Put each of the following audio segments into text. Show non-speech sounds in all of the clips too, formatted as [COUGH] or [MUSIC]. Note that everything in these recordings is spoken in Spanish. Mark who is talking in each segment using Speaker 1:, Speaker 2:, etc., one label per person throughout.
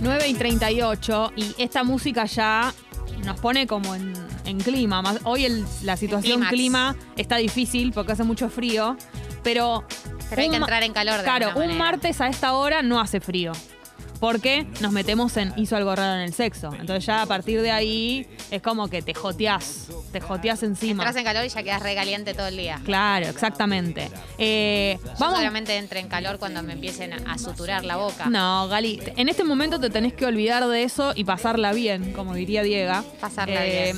Speaker 1: 9 y 38 y esta música ya nos pone como en, en clima. Más- hoy el- la situación
Speaker 2: clímax.
Speaker 1: clima está difícil porque hace mucho frío, pero...
Speaker 2: Pero hay
Speaker 1: un
Speaker 2: que
Speaker 1: ma-
Speaker 2: entrar en calor. de
Speaker 1: Claro, un
Speaker 2: alguna manera.
Speaker 1: martes a esta hora no hace frío. Porque nos metemos en hizo algo raro en el sexo. Entonces ya a partir de ahí es como que te joteás, te joteás encima.
Speaker 2: Entras en calor y ya quedas regaliente todo el día.
Speaker 1: Claro, exactamente. Eh,
Speaker 2: Yo
Speaker 1: vamos.
Speaker 2: solamente entro en calor cuando me empiecen a, a suturar la boca.
Speaker 1: No, Gali, te- en este momento te tenés que olvidar de eso y pasarla bien, como diría Diego.
Speaker 2: Pasarla
Speaker 1: bien.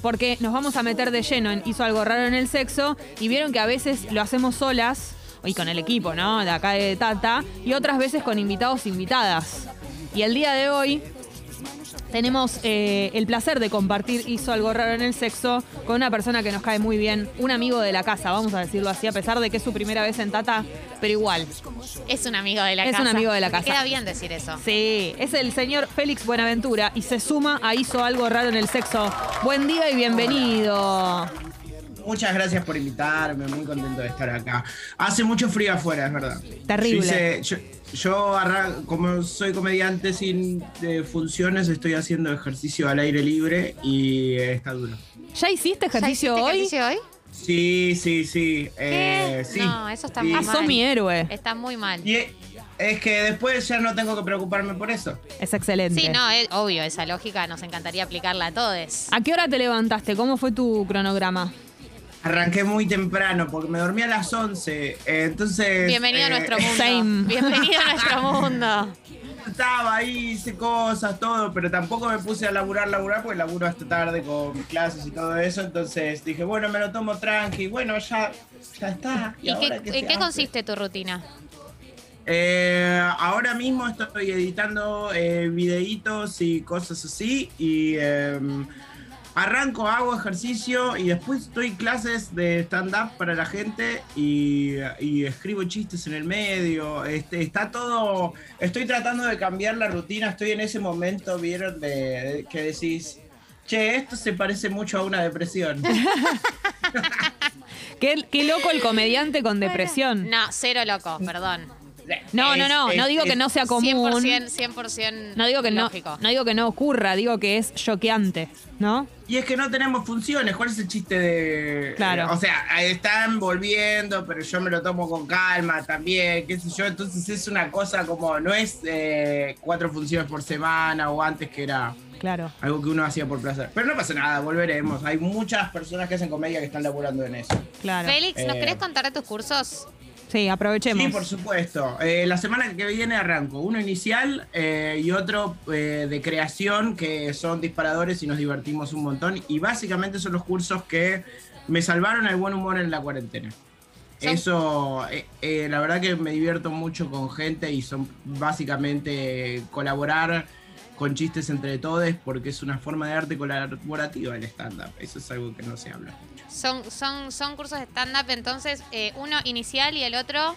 Speaker 1: Porque nos vamos a meter de lleno en hizo algo raro en el sexo y vieron que a veces lo hacemos solas y con el equipo, ¿no? De acá de Tata y otras veces con invitados e invitadas. Y el día de hoy tenemos eh, el placer de compartir Hizo algo raro en el sexo con una persona que nos cae muy bien, un amigo de la casa, vamos a decirlo así, a pesar de que es su primera vez en Tata, pero igual.
Speaker 2: Es un amigo de la
Speaker 1: Es un
Speaker 2: casa.
Speaker 1: amigo de la
Speaker 2: Te
Speaker 1: casa.
Speaker 2: Queda bien decir eso.
Speaker 1: Sí, es el señor Félix Buenaventura y se suma a Hizo algo raro en el sexo. Buen día y bienvenido.
Speaker 3: Muchas gracias por invitarme, muy contento de estar acá. Hace mucho frío afuera, es verdad.
Speaker 1: Terrible.
Speaker 3: Yo, hice- yo, yo arran- como soy comediante sin eh, funciones, estoy haciendo ejercicio al aire libre y eh, está duro.
Speaker 1: ¿Ya hiciste
Speaker 2: ¿Ya
Speaker 1: ejercicio
Speaker 2: hiciste
Speaker 1: hoy?
Speaker 2: ejercicio hoy?
Speaker 3: Sí, sí, sí.
Speaker 2: ¿Qué?
Speaker 3: eh, sí.
Speaker 2: No, eso está
Speaker 3: Sí.
Speaker 2: mal.
Speaker 1: Ah, sos mi héroe.
Speaker 2: Está muy mal.
Speaker 3: Y e- es que después ya no tengo que preocuparme por eso.
Speaker 1: Es excelente.
Speaker 2: Sí, no, es, obvio, esa lógica nos encantaría aplicarla a todos.
Speaker 1: ¿A qué hora te levantaste? ¿Cómo fue tu cronograma?
Speaker 3: Arranqué muy temprano porque me dormí a las 11. eh, entonces.
Speaker 2: Bienvenido a
Speaker 3: eh,
Speaker 2: nuestro mundo.
Speaker 1: same.
Speaker 2: [LAUGHS] Bienvenido a
Speaker 3: [LAUGHS]
Speaker 2: nuestro mundo.
Speaker 3: Estaba ahí, hice cosas, todo, pero tampoco me puse a laburar, laburar, porque laburo hasta tarde con mis clases y todo eso. Entonces dije, bueno, me lo tomo tranqui, bueno, ya, ya está.
Speaker 2: ¿Y qué,
Speaker 3: ahora que
Speaker 2: en
Speaker 3: se
Speaker 2: qué
Speaker 3: hace?
Speaker 2: consiste tu rutina?
Speaker 3: Eh, ahora mismo estoy editando eh, videitos y cosas así. Y eh, arranco, hago ejercicio y después doy clases de stand-up para la gente y, y escribo chistes en el medio. Este, está todo. Estoy tratando de cambiar la rutina. Estoy en ese momento, vieron, de, de que decís. Che, esto se parece mucho a una [LAUGHS] depresión.
Speaker 1: Qué, qué loco el comediante con depresión.
Speaker 2: No, cero loco, perdón.
Speaker 1: No, no, no.
Speaker 3: Es-
Speaker 1: No
Speaker 3: es-
Speaker 1: digo que
Speaker 3: es-
Speaker 1: no sea común.
Speaker 2: 100%, 100
Speaker 1: No digo que no,
Speaker 2: lógico.
Speaker 1: no digo que no ocurra, digo que es choqueante, ¿no?
Speaker 3: Y es que no tenemos funciones, ¿cuál es el chiste de...?
Speaker 1: Claro.
Speaker 3: eh, o sea, ahí están volviendo, pero yo me lo tomo con calma también, qué sé yo, entonces es una cosa como, no es eh, cuatro funciones por semana o antes que era
Speaker 1: Claro.
Speaker 3: algo que uno hacía por placer. Pero no pasa nada, volveremos. Hay muchas personas que hacen comedia que están laburando en eso.
Speaker 1: Claro.
Speaker 2: Félix, ¿nos
Speaker 3: Eh.
Speaker 2: querés contar de tus cursos?
Speaker 1: Sí, aprovechemos.
Speaker 3: Sí, por supuesto. Eh, la semana que viene arranco. Uno inicial eh, y otro eh, de creación, que son disparadores y nos divertimos un montón. Y básicamente son los cursos que me salvaron el buen humor en la cuarentena.
Speaker 2: Son-
Speaker 3: Eso, eh, eh, la verdad que me divierto mucho con gente y son básicamente colaborar con chistes entre todos porque es una forma de arte colaborativa el stand-up. Eso es algo que no se habla mucho.
Speaker 2: Son, son, son cursos de stand-up, entonces, eh, uno inicial y el otro.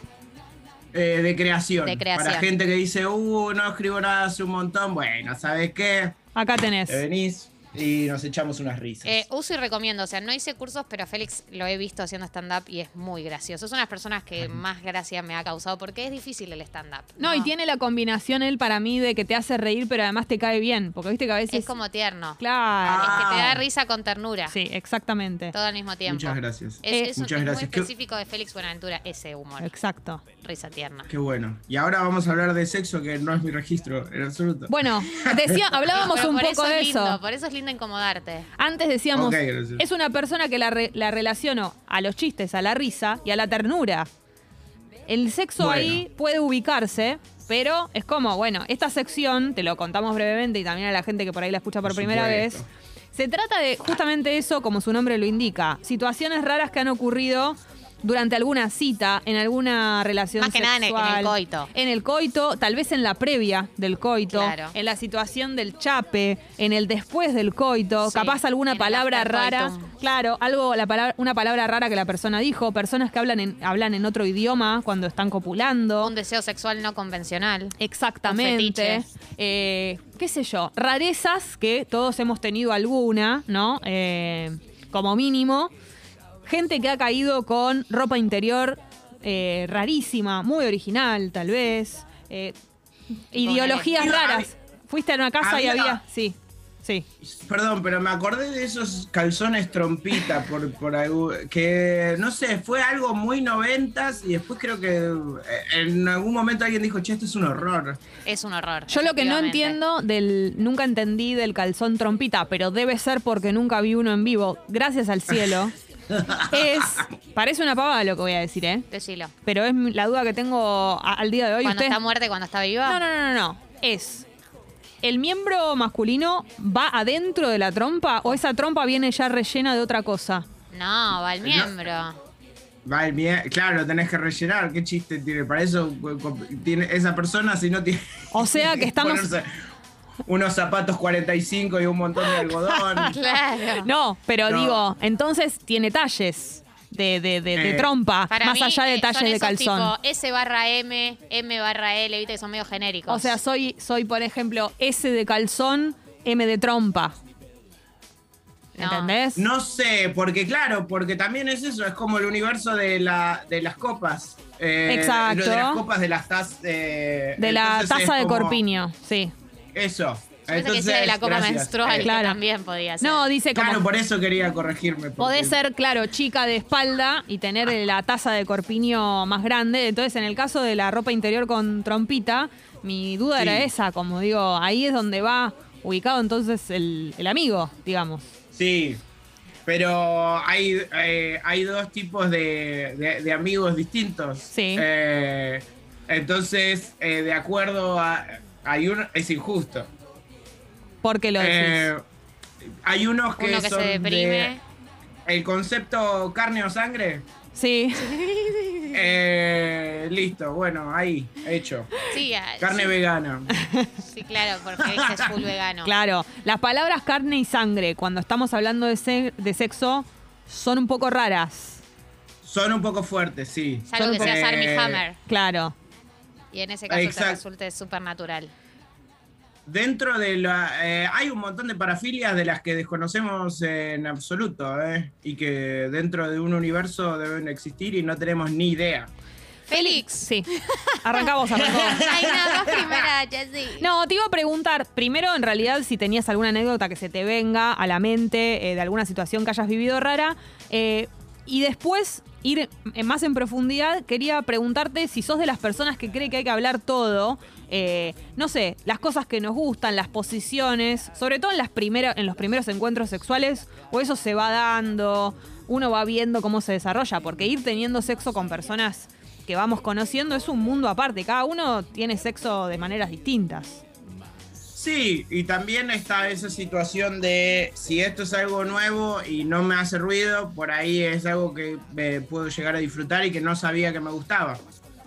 Speaker 3: Eh, de creación.
Speaker 2: De creación.
Speaker 3: Para gente que dice, uh, no escribo nada hace un montón. Bueno, ¿sabes qué?
Speaker 1: Acá tenés.
Speaker 3: Te venís y nos echamos unas risas.
Speaker 2: Eh, uso y recomiendo, o sea, no hice cursos, pero a Félix lo he visto haciendo stand-up y es muy gracioso. Es una de las personas que más gracia me ha causado porque es difícil el stand-up.
Speaker 1: No, y tiene la combinación él para mí de que te hace reír, pero además te cae bien. Porque viste que a veces.
Speaker 2: Es como tierno.
Speaker 1: Claro.
Speaker 2: Es que te da
Speaker 3: Ah.
Speaker 2: risa con ternura.
Speaker 1: Sí, exactamente.
Speaker 2: Todo al mismo tiempo. Eh.
Speaker 3: Muchas gracias.
Speaker 2: Es, es un-
Speaker 3: Muchas
Speaker 2: es
Speaker 3: gracias.
Speaker 2: muy
Speaker 3: Qué-
Speaker 2: específico de Félix Buenaventura ese humor.
Speaker 1: Exacto.
Speaker 2: Risa tierna.
Speaker 3: Qué bueno. Y ahora vamos a hablar de sexo, que no es mi registro en absoluto.
Speaker 1: Bueno, decía, hablábamos
Speaker 2: Pero
Speaker 1: un
Speaker 2: por
Speaker 1: poco
Speaker 2: eso
Speaker 1: de
Speaker 2: es lindo,
Speaker 1: eso.
Speaker 2: Por eso es lindo incomodarte.
Speaker 1: Antes decíamos,
Speaker 3: Ok, gracias.
Speaker 1: es una persona que la, re- la relaciono a los chistes, a la risa y a la ternura. El sexo
Speaker 3: Bueno.
Speaker 1: ahí puede ubicarse, pero es como, bueno, esta sección, te lo contamos brevemente y también a la gente que por ahí la escucha por,
Speaker 3: Por
Speaker 1: primera
Speaker 3: supuesto.
Speaker 1: vez. Se trata de justamente eso, como su nombre lo indica, situaciones raras que han ocurrido durante alguna cita, en alguna relación
Speaker 2: Más que nada en el- en el
Speaker 1: sexual,
Speaker 2: coito.
Speaker 1: En el coito, tal vez en la previa del coito,
Speaker 2: Claro.
Speaker 1: en la situación del chape, en el después del coito,
Speaker 2: Sí,
Speaker 1: capaz alguna
Speaker 2: en el
Speaker 1: palabra
Speaker 2: after
Speaker 1: rara,
Speaker 2: coitum.
Speaker 1: claro, algo la palabra, una palabra rara que la persona dijo, personas que hablan en, hablan en otro idioma cuando están copulando.
Speaker 2: Un deseo sexual no convencional. Un
Speaker 1: Exactamente.
Speaker 2: fetiche.
Speaker 1: Eh, qué sé yo, rarezas que todos hemos tenido alguna, ¿no? Eh, como mínimo. Gente que ha caído con ropa interior eh, rarísima, muy original tal vez. Eh, ideologías
Speaker 3: Digo, a mí-
Speaker 1: raras. Fuiste a una casa y
Speaker 3: Había-
Speaker 1: había. Sí, sí.
Speaker 3: Perdón, pero me acordé de esos calzones trompita por, por algo que no sé, fue algo muy noventas y después creo que eh, en algún momento alguien dijo, che, esto es un horror.
Speaker 2: Es un horror.
Speaker 1: Yo lo que no
Speaker 2: efectivamente.
Speaker 1: entiendo del. Nunca entendí del calzón trompita, pero debe ser porque nunca vi uno en vivo, gracias al
Speaker 2: [LAUGHS]
Speaker 1: cielo. es. Parece una pavada lo que voy a decir, ¿eh?
Speaker 2: Decilo.
Speaker 1: Pero es la duda que tengo a- al día de hoy.
Speaker 2: Cuando
Speaker 1: Ustedes-
Speaker 2: está muerta y cuando está viva.
Speaker 1: No, no, no, no, no. Es. ¿El miembro masculino va adentro de la trompa o esa trompa viene ya rellena de otra cosa?
Speaker 2: No, va el miembro.
Speaker 3: Va, el mie- claro, lo tenés que rellenar, qué chiste tiene. Para eso cu- cu- tiene esa persona si no tiene...
Speaker 1: O sea que estamos-
Speaker 3: ponerse Unos zapatos 45 y un montón de algodón.
Speaker 1: [LAUGHS]
Speaker 2: Claro.
Speaker 1: No, pero
Speaker 3: No.
Speaker 1: digo, entonces tiene talles de, de- de- de
Speaker 3: Eh,
Speaker 1: trompa,
Speaker 2: Para
Speaker 1: más
Speaker 2: mí,
Speaker 1: allá de
Speaker 2: eh, son
Speaker 1: talles de
Speaker 2: esos
Speaker 1: calzón.
Speaker 2: Tipo S barra M, M barra L, viste que son medio genéricos.
Speaker 1: O sea, soy, soy, por ejemplo, S de calzón, M de trompa.
Speaker 2: No.
Speaker 1: ¿Entendés?
Speaker 3: No sé, porque claro, porque también es eso, es como el universo de, la, de las copas. Eh,
Speaker 1: Exacto.
Speaker 3: De las copas de las tazas. eh,
Speaker 1: de la
Speaker 3: entonces es
Speaker 1: taza de
Speaker 3: como
Speaker 1: corpiño, sí.
Speaker 3: Eso.
Speaker 2: Pensé que
Speaker 3: Entonces,
Speaker 2: sea de la copa
Speaker 3: gracias.
Speaker 2: menstrual,
Speaker 3: Eh,
Speaker 2: que
Speaker 1: claro.
Speaker 2: también podía ser.
Speaker 1: No, dice como
Speaker 3: Claro, por eso quería corregirme. porque-
Speaker 1: Podés ser, claro, chica de espalda y
Speaker 3: Ah.
Speaker 1: tener la taza de corpiño más grande. Entonces, en el caso de la ropa interior con trompita, mi duda
Speaker 3: Sí.
Speaker 1: era esa, como digo, ahí es donde va ubicado entonces el, el amigo, digamos.
Speaker 3: Sí. Pero hay, eh, hay dos tipos de, de- de amigos distintos.
Speaker 1: Sí.
Speaker 3: Eh, entonces, eh, de acuerdo a. Hay uno, es injusto.
Speaker 1: Porque lo decís.
Speaker 3: Eh, hay unos que
Speaker 2: Uno que se
Speaker 3: son de-
Speaker 2: deprime.
Speaker 3: el concepto carne o sangre.
Speaker 1: sí.
Speaker 3: eh, listo, bueno, ahí, hecho.
Speaker 2: Sí, ah,
Speaker 3: Carne
Speaker 2: sí,
Speaker 3: vegana.
Speaker 2: sí, claro, porque ese es full
Speaker 1: [LAUGHS]
Speaker 2: vegano.
Speaker 1: Claro. Las palabras carne y sangre, cuando estamos hablando de, se- de sexo, son un poco raras.
Speaker 3: Son un poco fuertes, sí.
Speaker 2: Salvo que
Speaker 3: Son un
Speaker 2: seas
Speaker 3: poco-
Speaker 2: Army
Speaker 3: Eh,
Speaker 2: Hammer.
Speaker 1: Claro.
Speaker 2: Y en ese caso te
Speaker 3: exacto.
Speaker 2: resulte súper natural.
Speaker 3: Dentro de la. eh, hay un montón de parafilias de las que desconocemos en absoluto, ¿eh? Y que dentro de un universo deben existir y no tenemos ni idea.
Speaker 2: Félix.
Speaker 1: Sí. Arranca vos, arranca vos.
Speaker 2: [LAUGHS] Ay,
Speaker 1: [LAUGHS]
Speaker 2: no, vos primera, Jessy.
Speaker 1: No, te iba a preguntar, primero en realidad si tenías alguna anécdota que se te venga a la mente eh, de alguna situación que hayas vivido rara. eh, y después, ir eh, más en profundidad, quería preguntarte si sos de las personas que cree que hay que hablar todo. eh, no sé, las cosas que nos gustan, las posiciones, sobre todo en, las primera- en los primeros encuentros sexuales, o eso se va dando, uno va viendo cómo se desarrolla, porque ir teniendo sexo con personas que vamos conociendo es un mundo aparte, cada uno tiene sexo de maneras distintas.
Speaker 3: Sí, y también está esa situación de si esto es algo nuevo y no me hace ruido, por ahí es algo que eh, puedo llegar a disfrutar y que no sabía que me gustaba.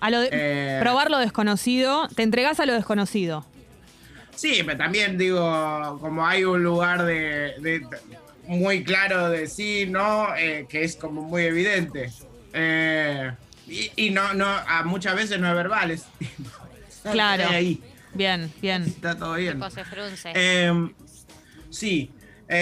Speaker 1: A lo de-
Speaker 3: Eh.
Speaker 1: probar lo desconocido, te entregás a lo desconocido.
Speaker 3: Sí, pero también digo, como hay un lugar de, de- muy claro de sí, no, Eh, que es como muy evidente. Eh, y, y no, no, a muchas veces no es verbal, es- [LAUGHS]
Speaker 1: Claro.
Speaker 3: Eh, Ahí,
Speaker 1: Bien, bien.
Speaker 3: está todo bien.
Speaker 2: José Frunce.
Speaker 3: Eh, sí.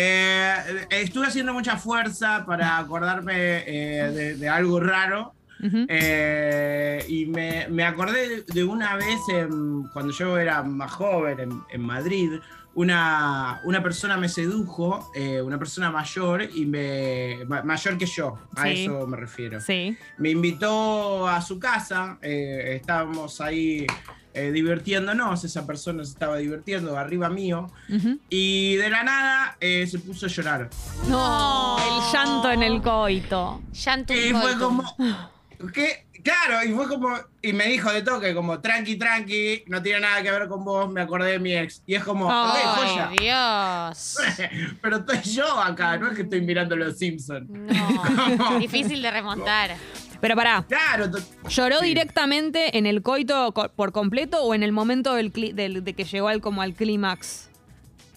Speaker 3: Eh, estuve haciendo mucha fuerza para acordarme eh, de, de algo raro.
Speaker 1: Ujú.
Speaker 3: Eh, y me, me acordé de una vez em, cuando yo era más joven en, en Madrid. Una, una persona me sedujo, eh, una persona mayor y me ma- mayor que yo, a
Speaker 1: Sí.
Speaker 3: eso me refiero
Speaker 1: Sí.
Speaker 3: me invitó a su casa, eh, estábamos ahí eh, divirtiéndonos, esa persona se estaba divirtiendo arriba mío,
Speaker 1: Ujú.
Speaker 3: y de la nada eh, se puso a llorar.
Speaker 1: No, el llanto en el coito.
Speaker 2: Yantum
Speaker 3: Y Eh, fue
Speaker 2: Goldum.
Speaker 3: como... ¿Qué? Claro, y fue como... Y me dijo de toque, como, tranqui, tranqui, no tiene nada que ver con vos, me acordé de mi ex. Y es como, ok, joya.
Speaker 2: Ay, Dios.
Speaker 3: [LAUGHS] Pero estoy yo acá, no es que estoy mirando Los Simpsons.
Speaker 2: No. Difícil de remontar.
Speaker 1: Pero pará,
Speaker 3: Claro, to-
Speaker 1: ¿lloró
Speaker 3: Sí.
Speaker 1: directamente en el coito co- por completo o en el momento del cli- del- de que llegó al, como al clímax?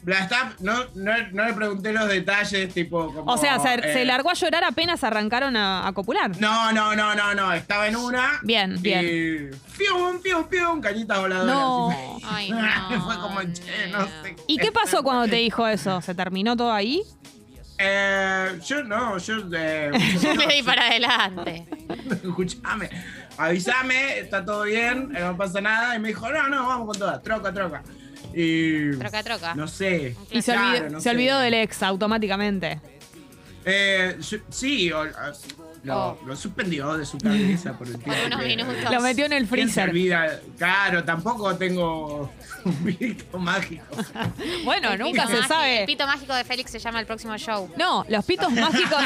Speaker 3: la está- no, no, no le pregunté los detalles, tipo... Como,
Speaker 1: O sea, se, se
Speaker 3: eh,
Speaker 1: largó a llorar apenas arrancaron a, a copular.
Speaker 3: No, no, no, no, no. Estaba en una.
Speaker 1: Bien, bien.
Speaker 3: Y fium, fium, fium, cañitas voladoras.
Speaker 1: No.
Speaker 3: [LAUGHS]
Speaker 2: Ay, no.
Speaker 3: Fue como, che, no sé.
Speaker 1: ¿Y qué pasó cuando te dijo eso? ¿Se terminó todo ahí?
Speaker 3: Eh, yo no, yo. Eh,
Speaker 1: [LAUGHS]
Speaker 2: Yo le di para adelante.
Speaker 3: [LAUGHS] escuchame, avísame, está todo bien, eh, no pasa nada. Y me dijo, no, no, vamos con todas, troca, troca. Y y.
Speaker 2: Troca, troca.
Speaker 3: No sé.
Speaker 1: Y se olvidó,
Speaker 3: Claro, no
Speaker 1: se
Speaker 3: sé.
Speaker 1: olvidó del ex automáticamente.
Speaker 3: Eh, su- sí, o- a- lo,
Speaker 2: Oh.
Speaker 3: lo suspendió de su cabeza por el tiempo.
Speaker 2: Por unos
Speaker 3: que-
Speaker 2: minutos.
Speaker 1: Lo metió en el
Speaker 3: ¿Quién se
Speaker 1: freezer.
Speaker 3: olvida? Claro, tampoco tengo [LAUGHS] un pito mágico.
Speaker 1: Bueno,
Speaker 2: El
Speaker 1: nunca
Speaker 2: pito
Speaker 1: se
Speaker 2: mágico- El
Speaker 1: sabe.
Speaker 2: pito mágico de Félix se llama el próximo show.
Speaker 1: No, los pitos mágicos,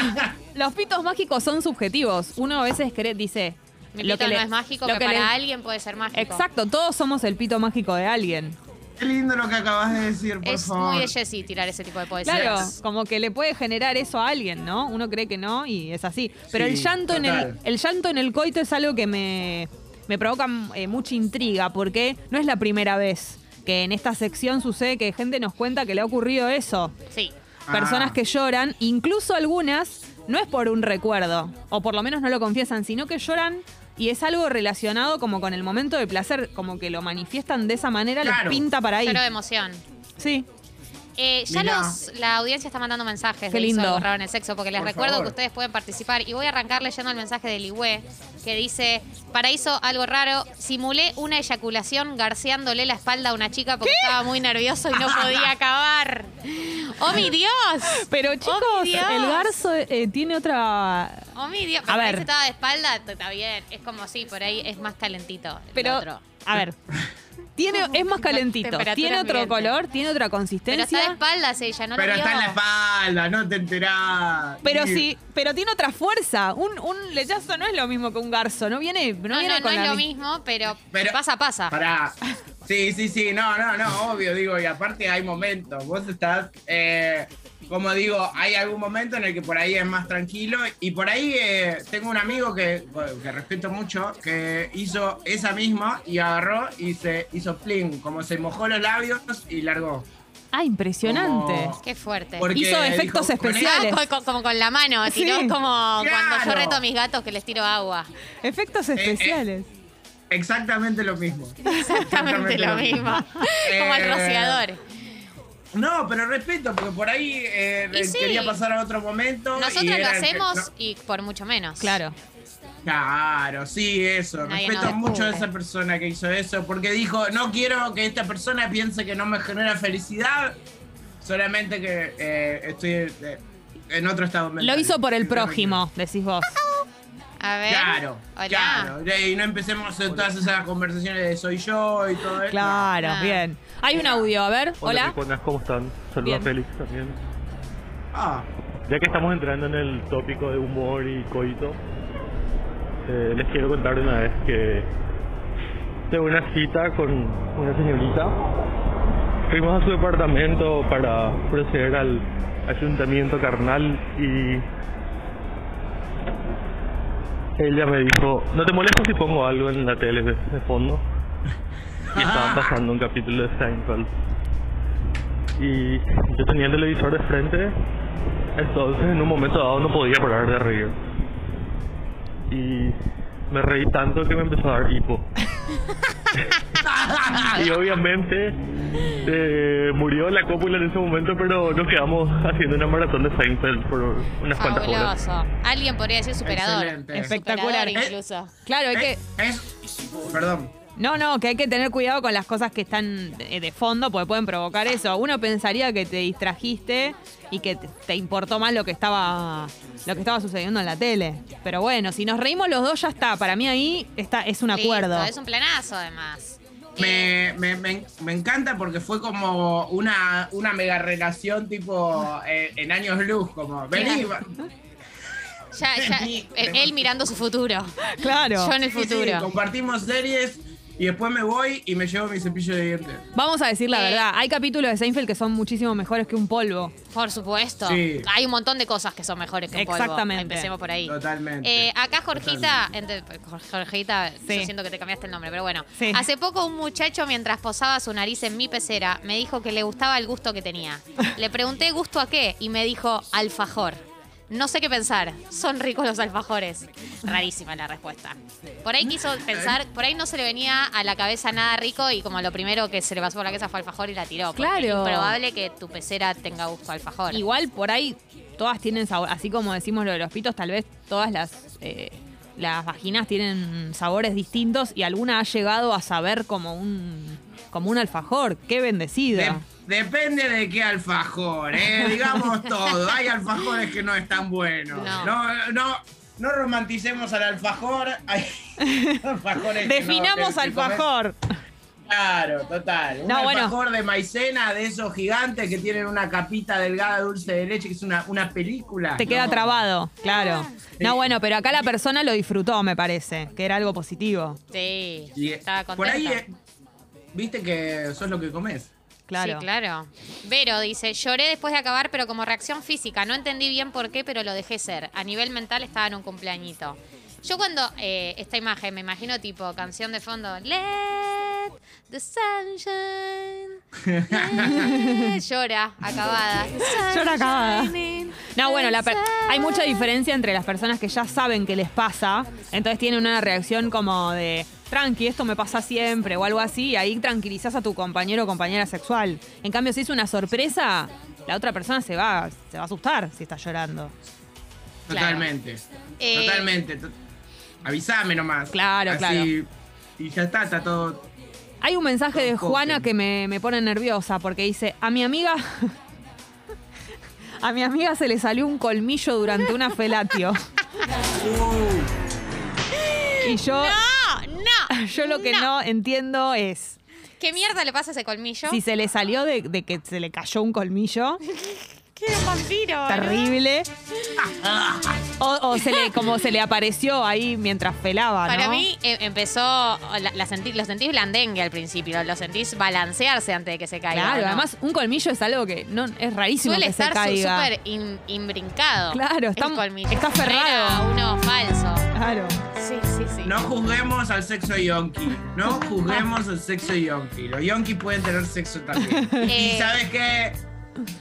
Speaker 1: los pitos mágicos son subjetivos. Uno a veces cree- dice
Speaker 2: Mi
Speaker 1: lo
Speaker 2: pito
Speaker 1: que
Speaker 2: no
Speaker 1: le-
Speaker 2: es mágico,
Speaker 1: lo
Speaker 2: que,
Speaker 1: que
Speaker 2: para
Speaker 1: le-
Speaker 2: alguien puede ser mágico.
Speaker 1: Exacto, todos somos el pito mágico de alguien.
Speaker 3: Qué lindo lo que acabas de decir, por
Speaker 2: Es
Speaker 3: favor.
Speaker 2: muy de Jessy tirar ese tipo de poesías.
Speaker 1: Claro, como que le puede generar eso a alguien, ¿no? Uno cree que no y es así. Pero el
Speaker 3: Sí,
Speaker 1: llanto en el,
Speaker 3: total.
Speaker 1: el llanto en el coito es algo que me, me provoca eh, mucha intriga porque no es la primera vez que en esta sección sucede que gente nos cuenta que le ha ocurrido eso.
Speaker 2: Sí.
Speaker 3: Ah.
Speaker 1: Personas que lloran, incluso algunas, no es por un recuerdo, o por lo menos no lo confiesan, sino que lloran y es algo relacionado como con el momento de placer, como que lo manifiestan de esa manera,
Speaker 3: Claro.
Speaker 1: les pinta para ahí.
Speaker 2: Lloro de emoción.
Speaker 1: Sí.
Speaker 2: Eh, ya
Speaker 3: Mirá.
Speaker 2: los, la audiencia está mandando mensajes
Speaker 1: Qué
Speaker 2: de
Speaker 1: lindo.
Speaker 2: Hizo algo raro en el sexo, porque les
Speaker 3: Por
Speaker 2: recuerdo
Speaker 3: favor.
Speaker 2: que ustedes pueden participar. Y voy a arrancar leyendo el mensaje del Ligüe, que dice, Paraíso, algo raro, simulé una eyaculación garceándole la espalda a una chica porque estaba muy nervioso
Speaker 1: [LAUGHS]
Speaker 2: y no podía acabar. ¡Oh, mi Dios!
Speaker 1: Pero chicos,
Speaker 2: ¡Oh, mi Dios!
Speaker 1: el garzo eh, tiene otra...
Speaker 2: ¡Oh, mi Dios!
Speaker 1: A
Speaker 2: Pero
Speaker 1: ver.
Speaker 2: ahí se estaba de espalda, t- está bien. Es como, sí, por ahí es más calentito. el
Speaker 1: Pero,
Speaker 2: otro.
Speaker 1: a ver,
Speaker 2: [LAUGHS]
Speaker 1: tiene, es más calentito,
Speaker 2: Temperatura
Speaker 1: tiene otro
Speaker 2: ambiente.
Speaker 1: color, tiene otra
Speaker 2: Pero está de
Speaker 1: consistencia.
Speaker 2: espaldas ella, no lo
Speaker 3: Pero está en
Speaker 2: vio.
Speaker 3: la espalda, no te enterás.
Speaker 1: Pero
Speaker 3: Sí.
Speaker 1: sí, pero tiene otra fuerza. Un, un lechazo no es lo mismo que un garzo, no viene, no,
Speaker 2: No,
Speaker 1: viene
Speaker 2: no, no
Speaker 1: con
Speaker 2: es
Speaker 1: la
Speaker 2: lo
Speaker 1: mi-
Speaker 2: mismo, pero,
Speaker 3: Pero-
Speaker 2: pasa, pasa.
Speaker 3: Pará. Sí, sí, sí, no, no, no, obvio, digo, y aparte hay momentos, vos estás, eh, como digo, hay algún momento en el que por ahí es más tranquilo y por ahí eh, tengo un amigo que, que respeto mucho, que hizo esa misma y agarró y se hizo fling, como se mojó los labios y largó.
Speaker 1: Ah, impresionante.
Speaker 3: Como-
Speaker 2: Qué fuerte.
Speaker 3: Porque
Speaker 1: Hizo efectos
Speaker 3: "Con esto
Speaker 1: especiales.
Speaker 2: Ah, co- co- como, con la mano,
Speaker 1: Sí.
Speaker 2: tiró como cuando yo
Speaker 3: Claro.
Speaker 2: reto a mis gatos que les tiro agua. [LAUGHS]
Speaker 1: Efectos
Speaker 3: eh.
Speaker 1: especiales.
Speaker 3: Exactamente lo mismo.
Speaker 2: Exactamente lo mismo. [LAUGHS] como el
Speaker 3: Eh,
Speaker 2: rociador.
Speaker 3: No, pero respeto, porque por ahí eh,
Speaker 2: Y sí.
Speaker 3: quería pasar a otro momento. y
Speaker 2: Nosotros lo
Speaker 3: era el que-
Speaker 2: hacemos
Speaker 3: no.
Speaker 2: y por mucho menos.
Speaker 1: Claro.
Speaker 3: Claro, sí, eso.
Speaker 2: Nadie
Speaker 3: Respeto
Speaker 2: nos
Speaker 3: mucho a
Speaker 2: descubre.
Speaker 3: esa persona que hizo eso, porque dijo, no quiero que esta persona piense que no me genera felicidad, solamente que eh, estoy eh, en otro estado mental.
Speaker 1: Lo hizo por el
Speaker 3: Simplemente.
Speaker 1: prójimo, decís vos.
Speaker 2: A ver.
Speaker 3: Claro,
Speaker 2: Hola.
Speaker 3: claro. Y no empecemos en todas esas conversaciones de soy yo y todo eso.
Speaker 1: Claro,
Speaker 2: Ah.
Speaker 1: bien. Hay un audio, a ver. Hola.
Speaker 4: Piconas, ¿cómo están? Saludos
Speaker 1: Bien.
Speaker 4: a Félix también.
Speaker 3: Ah,
Speaker 4: Ya que estamos entrando en el tópico de humor y coito, eh, les quiero contar una vez que tuve una cita con una señorita. Fuimos a su departamento para proceder al ayuntamiento carnal y ella me dijo, ¿no te molesta si pongo algo en la tele de, de fondo? Y estaban pasando un capítulo de Seinfeld. Y yo tenía el televisor de frente, entonces en un momento dado no podía parar de reír. Y me reí tanto que me empezó a dar hipo. [LAUGHS] y obviamente eh, murió la cópula en ese momento, pero nos quedamos haciendo una maratón de Seinfeld por unas cuantas horas.
Speaker 2: Fabuloso. Alguien podría decir superador.
Speaker 3: excelente.
Speaker 1: Efect-
Speaker 2: Superador
Speaker 1: Espectacular.
Speaker 2: incluso.
Speaker 1: Claro, hay que.
Speaker 3: Eh, es- Perdón.
Speaker 1: No, no, que hay que tener cuidado con las cosas que están eh, de fondo porque pueden provocar eso. Uno pensaría que te distrajiste y que te te importó más lo que estaba lo que estaba sucediendo en la tele. Pero bueno, si nos reímos los dos ya está. Para mí ahí está es un
Speaker 2: Listo,
Speaker 1: acuerdo.
Speaker 2: Es un planazo además. Eh,
Speaker 3: Me, me, me, me encanta porque fue como una, una mega relación tipo eh, en años luz, como vení, va-
Speaker 2: ya, ya,
Speaker 3: [LAUGHS] Sí.
Speaker 2: eh, él mirando su futuro.
Speaker 1: Claro.
Speaker 2: Yo en el
Speaker 3: Sí, sí,
Speaker 2: futuro.
Speaker 3: compartimos series y después me voy y me llevo mi cepillo de dientes.
Speaker 1: Vamos a decir la
Speaker 2: Eh.
Speaker 1: verdad, hay capítulos de Seinfeld que son muchísimo mejores que un polvo.
Speaker 2: Por supuesto.
Speaker 3: Sí.
Speaker 2: Hay un montón de cosas que son mejores que un polvo.
Speaker 1: Exactamente.
Speaker 2: Empecemos por ahí.
Speaker 3: Totalmente.
Speaker 2: Eh, acá Jorgita, ente- Jorgita,
Speaker 1: Sí.
Speaker 2: yo siento que te cambiaste el nombre, pero bueno.
Speaker 1: Sí.
Speaker 2: Hace poco un muchacho mientras posaba su nariz en mi pecera me dijo que le gustaba el gusto que tenía. Le pregunté gusto a qué y me dijo alfajor. No sé qué pensar. Son ricos los alfajores. Rarísima la respuesta. Por ahí quiso pensar, por ahí no se le venía a la cabeza nada rico y como lo primero que se le pasó por la cabeza fue alfajor y la tiró. porque
Speaker 1: Claro.
Speaker 2: Es improbable que tu pecera tenga gusto a alfajor.
Speaker 1: Igual por ahí todas tienen sabor, así como decimos lo de los pitos, tal vez todas las, eh, las vaginas tienen sabores distintos y alguna ha llegado a saber como un como un alfajor. Qué bendecida.
Speaker 3: De- depende de qué alfajor,
Speaker 1: [LAUGHS]
Speaker 3: ¿eh? digamos todo. Hay alfajores que no están buenos.
Speaker 2: No.
Speaker 3: No, no, no, romanticemos al alfajor.
Speaker 1: [LAUGHS]
Speaker 3: Hay alfajores que no-
Speaker 1: Definamos
Speaker 3: que- que comen-
Speaker 1: alfajor.
Speaker 3: Claro, total. Un
Speaker 1: No, bueno.
Speaker 3: alfajor de maicena de esos gigantes que tienen una capita delgada dulce de leche, que es una, una película.
Speaker 1: Te queda
Speaker 3: No. Ah.
Speaker 1: trabado, claro. No, bueno, pero acá la persona lo disfrutó, me parece, que era algo positivo.
Speaker 2: Sí,
Speaker 3: Y, eh,
Speaker 2: estaba contenta.
Speaker 3: Por ahí, eh, viste que sos lo que comes.
Speaker 1: Claro.
Speaker 2: Sí, claro. Vero dice, lloré después de acabar, pero como reacción física. No entendí bien por qué, pero lo dejé ser. A nivel mental estaba en un cumpleañito. Yo cuando eh, esta imagen, me imagino tipo canción de fondo, Let
Speaker 1: [LAUGHS]
Speaker 2: the sunshine. let-" Llora, acabada.
Speaker 1: Llora acabada.
Speaker 2: Shining,
Speaker 1: No, bueno, la per-
Speaker 2: let
Speaker 1: hay mucha diferencia entre las personas que ya saben que les pasa, entonces tienen una reacción como de tranqui, esto me pasa siempre o algo así, y ahí tranquilizás a tu compañero o compañera sexual. En cambio, si es una sorpresa, la otra persona se va, se va a asustar si está llorando.
Speaker 2: Claro.
Speaker 3: Totalmente.
Speaker 2: Eh,
Speaker 3: Totalmente. To- Avisame nomás.
Speaker 1: Claro,
Speaker 3: Así,
Speaker 1: claro.
Speaker 3: Y ya está, está todo.
Speaker 1: Hay un mensaje de
Speaker 3: Todos
Speaker 1: Juana
Speaker 3: cogen.
Speaker 1: que me, me pone nerviosa porque dice, a mi amiga... [LAUGHS] A mi amiga se le salió un colmillo durante una felatio.
Speaker 3: Uh,
Speaker 1: Y yo,
Speaker 2: No,
Speaker 1: [LAUGHS]
Speaker 2: no.
Speaker 1: yo lo que no entiendo es
Speaker 2: ¿Qué mierda le pasa a ese colmillo?
Speaker 1: si se le salió de, de que se le cayó un colmillo,
Speaker 2: Qué vampiro, boludo.
Speaker 1: terrible. O, o se le, como se le apareció ahí mientras pelaba, ¿no?
Speaker 2: Para mí eh, empezó, la, la sentí- lo sentís blandengue al principio, lo sentís balancearse antes de que se caiga.
Speaker 1: Claro,
Speaker 2: ¿o no?
Speaker 1: además un colmillo es algo que no es rarísimo
Speaker 2: suele
Speaker 1: que se
Speaker 2: estar su-
Speaker 1: caiga.
Speaker 2: súper in- imbrincado.
Speaker 1: Claro, está-
Speaker 2: el colmillo.
Speaker 1: está
Speaker 2: No era
Speaker 1: aferrado.
Speaker 2: uno falso.
Speaker 1: Claro.
Speaker 2: Sí, sí, sí.
Speaker 3: no juzguemos al sexo yonki. No juzguemos al sexo yonki. Los yonki pueden tener sexo
Speaker 1: [LAUGHS]
Speaker 3: también.
Speaker 2: Eh.
Speaker 3: Y sabes que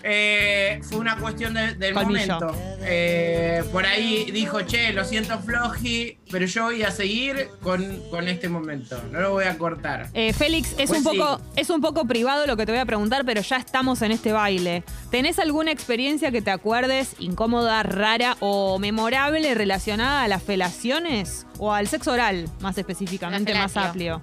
Speaker 3: fue una cuestión de- del
Speaker 1: Colmillo.
Speaker 3: momento. Eh, por ahí dijo, che, lo siento floji, pero yo voy a seguir con, con este momento. No lo voy a cortar.
Speaker 1: Eh, Félix, es
Speaker 3: Pues
Speaker 1: un poco,
Speaker 3: sí.
Speaker 1: es un poco privado lo que te voy a preguntar, pero ya estamos en este baile. ¿Tenés alguna experiencia que te acuerdes incómoda, rara o memorable relacionada a las felaciones? O al sexo oral, más específicamente,
Speaker 2: La
Speaker 1: más
Speaker 2: felatio.
Speaker 1: amplio.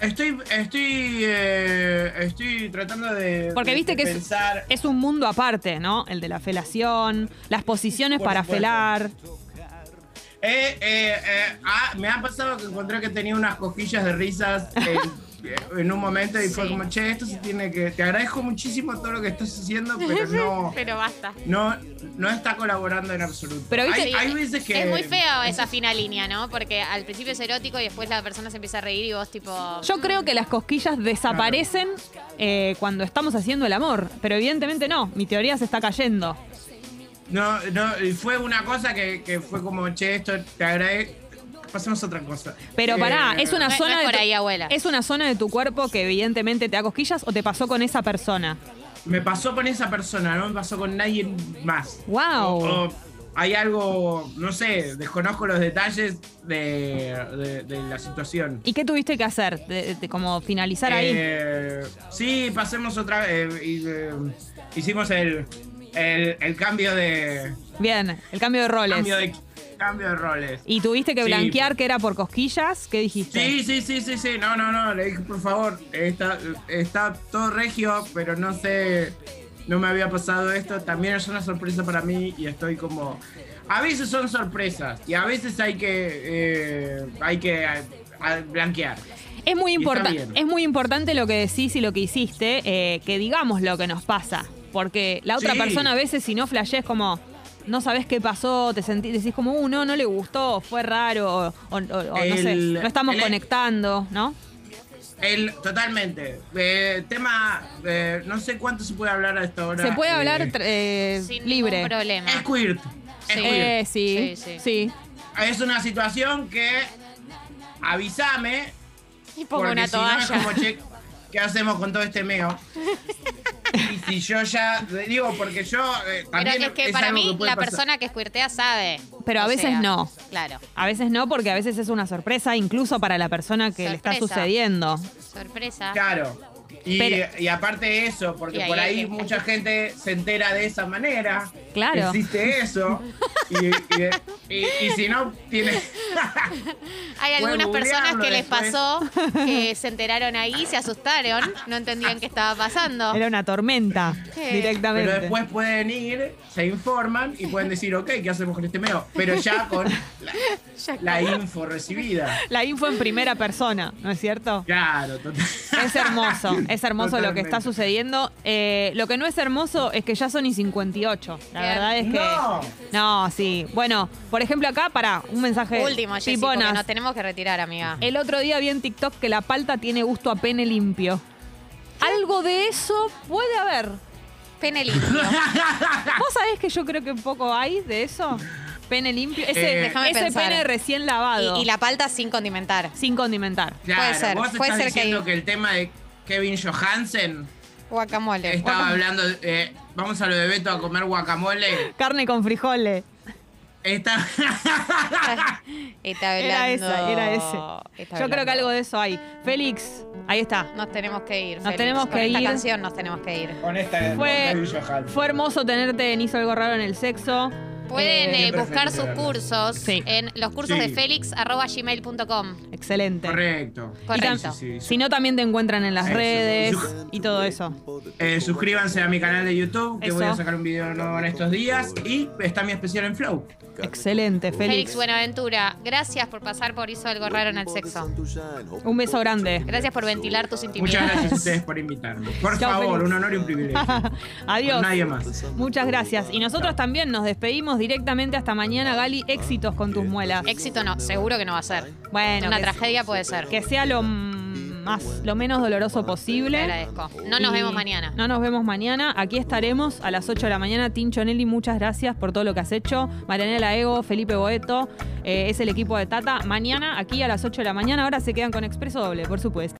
Speaker 3: Estoy, estoy, eh, estoy tratando de,
Speaker 1: Porque
Speaker 3: de-
Speaker 1: viste
Speaker 3: de
Speaker 1: que es-
Speaker 3: pensar.
Speaker 1: Es un mundo aparte, ¿no? El de la felación, las posiciones
Speaker 3: Por
Speaker 1: para
Speaker 3: supuesto.
Speaker 1: felar.
Speaker 3: Eh, eh, eh, ah, me ha pasado que encontré que tenía unas cosquillas de risas en, [LAUGHS] en un momento y fue
Speaker 2: Sí.
Speaker 3: como, che, esto se tiene que. Te agradezco muchísimo todo lo que estás haciendo, pero no,
Speaker 2: Pero basta.
Speaker 3: no, no está colaborando en absoluto.
Speaker 1: Pero viste-
Speaker 3: hay, hay veces que.
Speaker 2: Es muy feo esa fina línea, ¿no? Porque al principio es erótico y después la persona se empieza a reír y vos tipo...
Speaker 1: Yo creo que las cosquillas desaparecen eh, cuando estamos haciendo el amor, pero evidentemente no. Mi teoría se está cayendo.
Speaker 3: No, no, y fue una cosa que, que fue como, che, esto te agradezco. Pasemos a otra cosa.
Speaker 1: Pero pará,
Speaker 3: Eh,
Speaker 1: es una
Speaker 2: no es
Speaker 1: zona de
Speaker 2: por
Speaker 1: tu-
Speaker 2: ahí, abuela.
Speaker 1: es una zona de tu cuerpo que evidentemente te da cosquillas o te pasó con esa persona.
Speaker 3: Me pasó con esa persona, no me pasó con nadie más.
Speaker 1: Wow.
Speaker 3: O- o hay algo, no sé, desconozco los detalles de, de- de la situación.
Speaker 1: ¿Y qué tuviste que hacer? De- de- como finalizar ahí.
Speaker 3: Eh, sí, pasemos otra vez. eh, hicimos el, el, el cambio de.
Speaker 1: Bien, el cambio de roles.
Speaker 3: Cambio de, cambio de roles.
Speaker 1: Y tuviste que
Speaker 3: Sí.
Speaker 1: blanquear que era por cosquillas, ¿qué dijiste?
Speaker 3: Sí, sí, sí, sí, sí. No, no, no. Le dije, por favor, está, está todo regio, pero no sé. No me había pasado esto. También es una sorpresa para mí y estoy como. A veces son sorpresas y a veces hay que. eh, hay que a- a- blanquear.
Speaker 1: Es muy,
Speaker 3: Y está
Speaker 1: importa-
Speaker 3: bien.
Speaker 1: es muy importante lo que decís y lo que hiciste, eh, que digamos lo que nos pasa. Porque la otra
Speaker 3: Sí.
Speaker 1: persona a veces, si no flashees como, no sabes qué pasó, te sentís, decís como, uh, no, no le gustó, fue raro, o, o- o- o no sé,
Speaker 3: El-
Speaker 1: no estamos
Speaker 3: el-
Speaker 1: conectando, ¿no?
Speaker 3: El, totalmente. Eh, tema. eh, no sé cuánto se puede hablar a esta hora.
Speaker 1: Se puede
Speaker 3: Eh,
Speaker 1: hablar tr- eh,
Speaker 2: Sin
Speaker 1: libre.
Speaker 2: ningún problema.
Speaker 3: Es queer.
Speaker 2: Sí.
Speaker 3: Es queer.
Speaker 1: Eh, sí, sí,
Speaker 2: Sí, sí.
Speaker 3: Es una situación que. Avísame
Speaker 2: Y pongo
Speaker 3: Porque
Speaker 2: una
Speaker 3: si no es
Speaker 2: toalla.
Speaker 3: como, che, ¿qué hacemos con todo este meo? y si yo ya, digo, porque yo eh,
Speaker 2: Pero
Speaker 3: también
Speaker 2: es que
Speaker 3: es
Speaker 2: para
Speaker 3: algo
Speaker 2: mí
Speaker 3: que puede
Speaker 2: la
Speaker 3: pasar.
Speaker 2: persona que escuirtea sabe.
Speaker 1: Pero a
Speaker 2: O
Speaker 1: veces
Speaker 2: sea,
Speaker 1: no.
Speaker 2: Claro.
Speaker 1: A veces no, porque a veces es una sorpresa, incluso para la persona que le está
Speaker 2: Sorpresa.
Speaker 1: sucediendo.
Speaker 2: Sorpresa.
Speaker 3: Claro. Y,
Speaker 1: Pero-
Speaker 3: y aparte de eso, porque
Speaker 2: Y ahí
Speaker 3: por
Speaker 2: hay
Speaker 3: ahí
Speaker 2: que-
Speaker 3: mucha gente se entera de esa manera.
Speaker 1: Claro.
Speaker 2: [LAUGHS]
Speaker 3: Existe eso. y, y- y- y si no, tienes
Speaker 2: Hay
Speaker 3: Bueno,
Speaker 2: algunas personas que
Speaker 3: googlearlo
Speaker 2: les
Speaker 3: después.
Speaker 2: pasó
Speaker 1: [LAUGHS]
Speaker 2: que se enteraron ahí, se asustaron, no entendían qué estaba pasando.
Speaker 1: Era una tormenta
Speaker 2: Eh.
Speaker 1: directamente.
Speaker 3: Pero después pueden ir, se informan y pueden decir, ok, ¿qué hacemos con este meo? Pero
Speaker 2: [LAUGHS]
Speaker 3: ya con la, la info recibida.
Speaker 1: La info en primera persona, ¿no es cierto?
Speaker 3: Claro, total.
Speaker 1: Es hermoso, es hermoso lo que
Speaker 3: Totalmente.
Speaker 1: está sucediendo. Eh, lo que no es hermoso es que ya son y 58. La
Speaker 2: Bien.
Speaker 1: verdad es que.
Speaker 3: ¡No!
Speaker 1: No, sí. Bueno, por ejemplo, acá, para un mensaje.
Speaker 2: Último, Jessy, porque
Speaker 1: piponas.
Speaker 2: nos tenemos que retirar, amiga.
Speaker 1: El otro día vi en TikTok que la palta tiene gusto a pene limpio. Algo de eso puede haber.
Speaker 2: Pene limpio.
Speaker 1: ¿Vos sabés que yo creo que un poco hay de eso? Pene limpio. Ese,
Speaker 3: Eh,
Speaker 2: Déjame
Speaker 1: ese
Speaker 2: pensar.
Speaker 1: pene recién lavado.
Speaker 2: Y, y la palta sin condimentar.
Speaker 1: Sin condimentar.
Speaker 3: Claro,
Speaker 2: Puede ser,
Speaker 3: vos
Speaker 2: puede
Speaker 3: estás
Speaker 2: ser que
Speaker 3: diciendo
Speaker 2: hay-
Speaker 3: que el tema de Kevin Johansen
Speaker 2: Guacamole.
Speaker 3: estaba
Speaker 2: Guacamole.
Speaker 3: hablando, de- eh, vamos a lo de Beto a comer guacamole.
Speaker 1: Carne con frijoles. [LAUGHS]
Speaker 3: Está...
Speaker 2: Está
Speaker 1: Era
Speaker 2: hablando-
Speaker 1: esa, era ese.
Speaker 2: está
Speaker 1: Yo creo
Speaker 2: hablando.
Speaker 1: que algo de eso hay. Félix, ahí está.
Speaker 2: Nos tenemos que ir.
Speaker 1: Nos
Speaker 2: Félix.
Speaker 1: tenemos
Speaker 2: Con
Speaker 1: que
Speaker 2: esta
Speaker 1: ir. Eh,
Speaker 2: canción nos tenemos que ir.
Speaker 5: Con esta.
Speaker 1: Fue,
Speaker 3: Kevin Johansen.
Speaker 1: fue hermoso tenerte en Hizo Algo Raro en el Sexo.
Speaker 2: Pueden eh,
Speaker 3: siempre
Speaker 2: buscar
Speaker 3: feliz
Speaker 2: sus
Speaker 3: de verlo.
Speaker 2: cursos
Speaker 1: Sí.
Speaker 2: en los cursos
Speaker 3: Sí.
Speaker 2: de Félix arroba gmail.com.
Speaker 1: Excelente.
Speaker 3: Correcto.
Speaker 2: Correcto.
Speaker 3: Sí, sí, sí.
Speaker 1: Si no, también te encuentran en las
Speaker 3: Eso.
Speaker 1: redes
Speaker 3: Yo-
Speaker 1: y todo eso.
Speaker 3: Eh, suscríbanse a mi canal de YouTube, que voy
Speaker 1: Eso.
Speaker 3: a sacar un video nuevo en estos días. Y está mi especial en Flow.
Speaker 1: Excelente,
Speaker 2: Félix
Speaker 1: Félix.
Speaker 2: Buenaventura, gracias por pasar por Hizo Algo Raro en el Sexo.
Speaker 1: Un beso grande.
Speaker 2: Gracias por ventilar tus
Speaker 3: Muchas gracias a ustedes
Speaker 2: intimidades.
Speaker 3: por invitarme. Por
Speaker 1: Chao,
Speaker 3: favor,
Speaker 1: Félix.
Speaker 3: un honor y un
Speaker 1: [LAUGHS]
Speaker 3: privilegio.
Speaker 1: Adiós.
Speaker 3: Pues Nadie más.
Speaker 1: Muchas gracias. Y nosotros también nos despedimos directamente hasta mañana, Gali. Éxitos con tus muelas.
Speaker 2: Éxito no, seguro que no va a ser.
Speaker 1: Bueno,
Speaker 2: Una
Speaker 1: que-
Speaker 2: tragedia puede ser.
Speaker 1: Que sea lo mm, más, lo menos doloroso
Speaker 2: Te
Speaker 1: posible.
Speaker 2: agradezco. No nos
Speaker 1: Y
Speaker 2: vemos mañana.
Speaker 1: No nos vemos mañana. Aquí estaremos a las 8 de la mañana. Tincho Nelly, muchas gracias por todo lo que has hecho. Marianela Ego, Felipe Boeto, eh, es el equipo de Tata. Mañana, aquí a las 8 de la mañana. Ahora se quedan con Expreso Doble, por supuesto.